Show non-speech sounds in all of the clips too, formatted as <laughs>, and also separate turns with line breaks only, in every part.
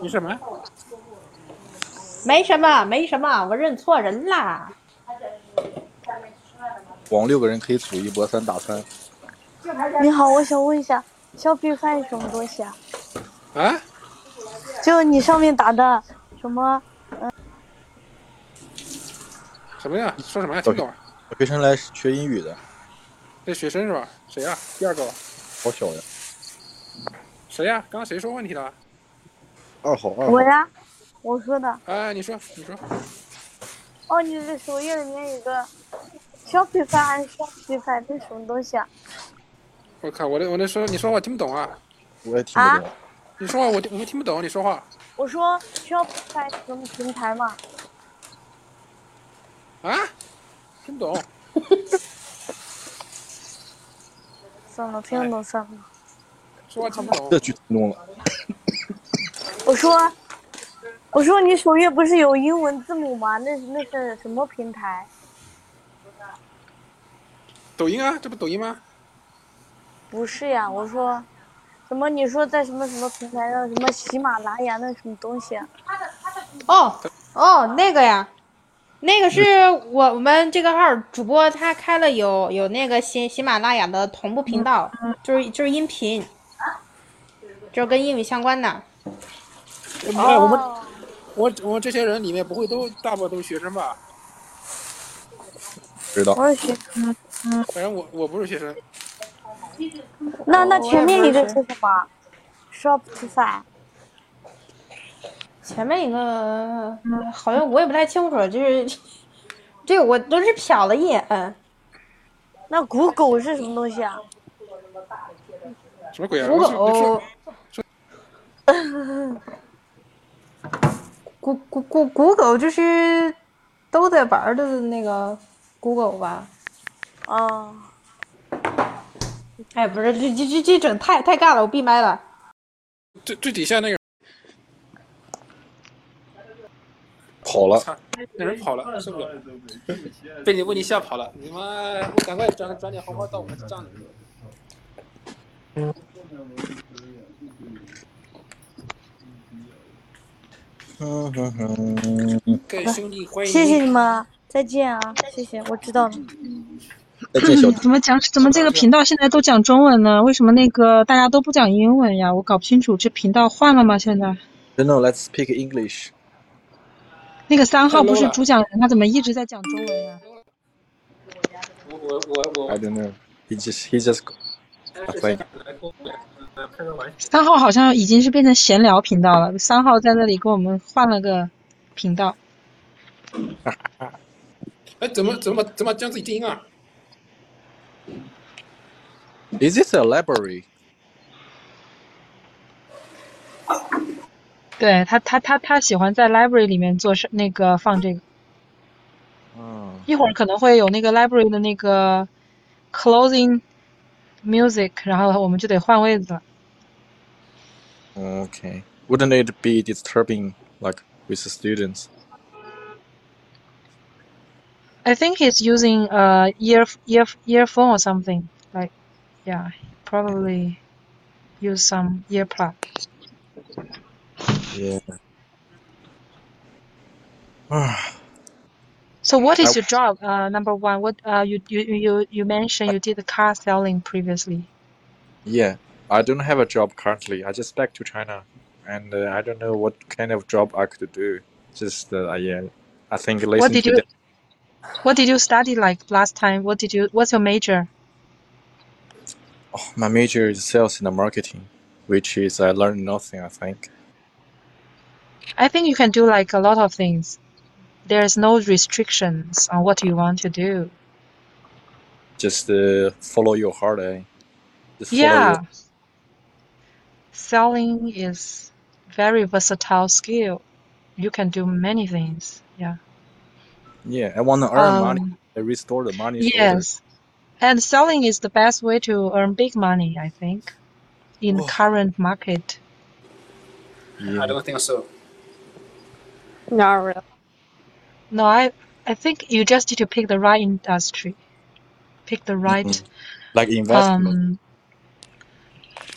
你什么？
没什么，没什么，我认错人啦。
网六个人可以组一波三打三。
你好，我想问一下，削皮饭是什么东西啊？
啊？
就你上面打的什么？
什么呀？你说什么呀？听不懂啊。
学生来学英语的，
这学生是吧？谁呀、第二个吧？
好小呀！
谁呀、刚刚谁说问题了？
二号二
我
号，
呀，啊我说的。
哎，你说，你说，
哦，你的首页里面有个削皮饭还是削皮饭？这什么东西啊？
我靠，我的我的说，你说话听不懂啊？
我也听不懂。
你说话我我们听不懂，你说话
我说削皮饭是什么平台嘛？
啊？听不懂。
算了，听不懂算了。
说话听不懂
这句听懂了，
我说，我说你首页不是有英文字母吗？那那是什么平台？
抖音啊？这不抖音吗？
不是呀，我说，什么？你说在什么什么平台上？什么喜马拉雅那什么东西啊？
哦哦，那个呀，那个是我们这个号主播他开了有有那个喜喜马拉雅的同步频道，就是就是音频，就是跟英语相关的。
我们、啊我们我我这些人里面不会都大部分都是学生吧？
知道。
我也学。
反正我我不是学生，
那哦那前面一个是什么？Shopify。
前面一个呃好像我也不太清楚，就是 <laughs> 这个我都是瞟了一眼。
那谷狗是什么东西啊？
什么鬼啊？
谷
我是我是
狗， <laughs> 谷谷谷谷狗就是都在玩儿的那个谷狗吧？
哦，
哎，不是，这这这这整太太尬了，我闭麦了。
最最底下那个
跑了，
操，啊那人跑了，受不了，被你问题吓跑了。你妈，我赶快转转点红包到我们账里。
嗯哼哼，
各位兄弟，欢迎
谢谢你们啊，再见啊，谢谢，我知道了。
再见小弟。
怎么讲？怎么这个频道现在都讲中文呢？为什么那个大家都不讲英文呀？我搞不清楚，这频道换了吗？现在
No, no, let's speak English。
那个三号不是主讲人，他怎么一直在讲中文呀？
我我我
I
我，
don't know. He just, he just. 喂
开个玩笑，
三号好像已经是变成闲聊频道了。三号在那里给我们换了个频道，
哎，怎么怎么怎么将自己静音啊？
Is it a library？
对他，他他他喜欢在 library 里面做事，那个放这个。
嗯，
一会儿可能会有那个 library 的那个 closing music，然后我们就得换位子了。
Oh, Okay. Wouldn't it be disturbing, like with the students?
I think he's using a ear ear earphone or something. Like, yeah, he probably use some earplug.
Yeah. 啊，
So what is your job? Uh, number one, what uh you you you you mentioned you did car selling previously.
yeah. I don't have a job currently. I just back to China, and uh, I don't know what kind of job I could do. Just uh, yeah, I think listen
What did
to
you
the-
What did you study like last time? What did you What's your major?
oh, My major is sales and marketing, which is I learned nothing. I think.
I think you can do like a lot of things. There's no restrictions on what you want to do.
Just uh, follow your heart. Eh? Just follow
Yeah.
your-
Selling is very versatile skill. You can do many things. Yeah.
yeah. I want to earn
Um,
money. I restore the money. to others.
Yes. And selling is the best way to earn big money, I think, in
Oh.
current market.
Yeah.
I don't think so.
Not real.
No, I I think you just need to pick the right industry. Pick the right
Like investment.
um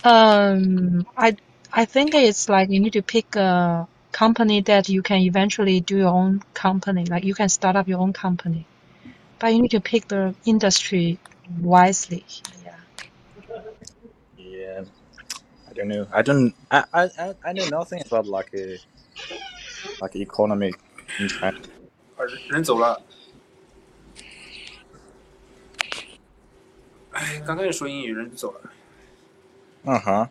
um I I think it's like you need to pick a company that you can eventually do your own company, like you can start up your own company. But you need to pick the industry wisely. Yeah.
Yeah, I don't know. I don't. I I I, I know nothing about like a like economy in China.
啊人人走了。哎，刚开始说英语，人就走了。
Uh huh.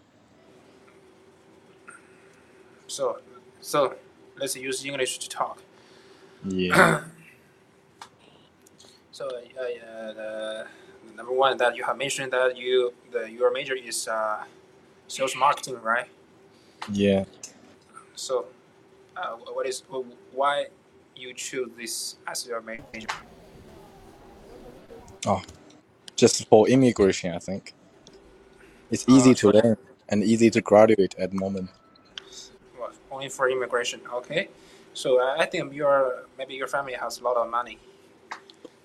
So, so let's use English to talk.
Yeah.
So, uh, uh, the- number one, that you have mentioned that you the, your major is uh, sales marketing, right?
yeah.
So, uh, what is why you choose this as your major?
Oh. Just for immigration, I think it's
Uh,
easy
for
to
the-
learn and easy to graduate at the moment.
well, only for immigration, okay? So uh, I think your maybe your family has a lot of money.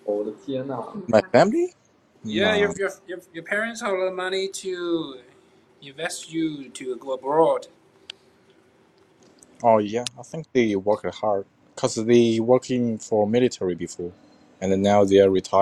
我的天呐！
My family?
Yeah, your
No.
your your, your parents have a lot of money to invest you to go abroad.
Oh yeah, I think they work hard because they working for military before, and then now they are retired.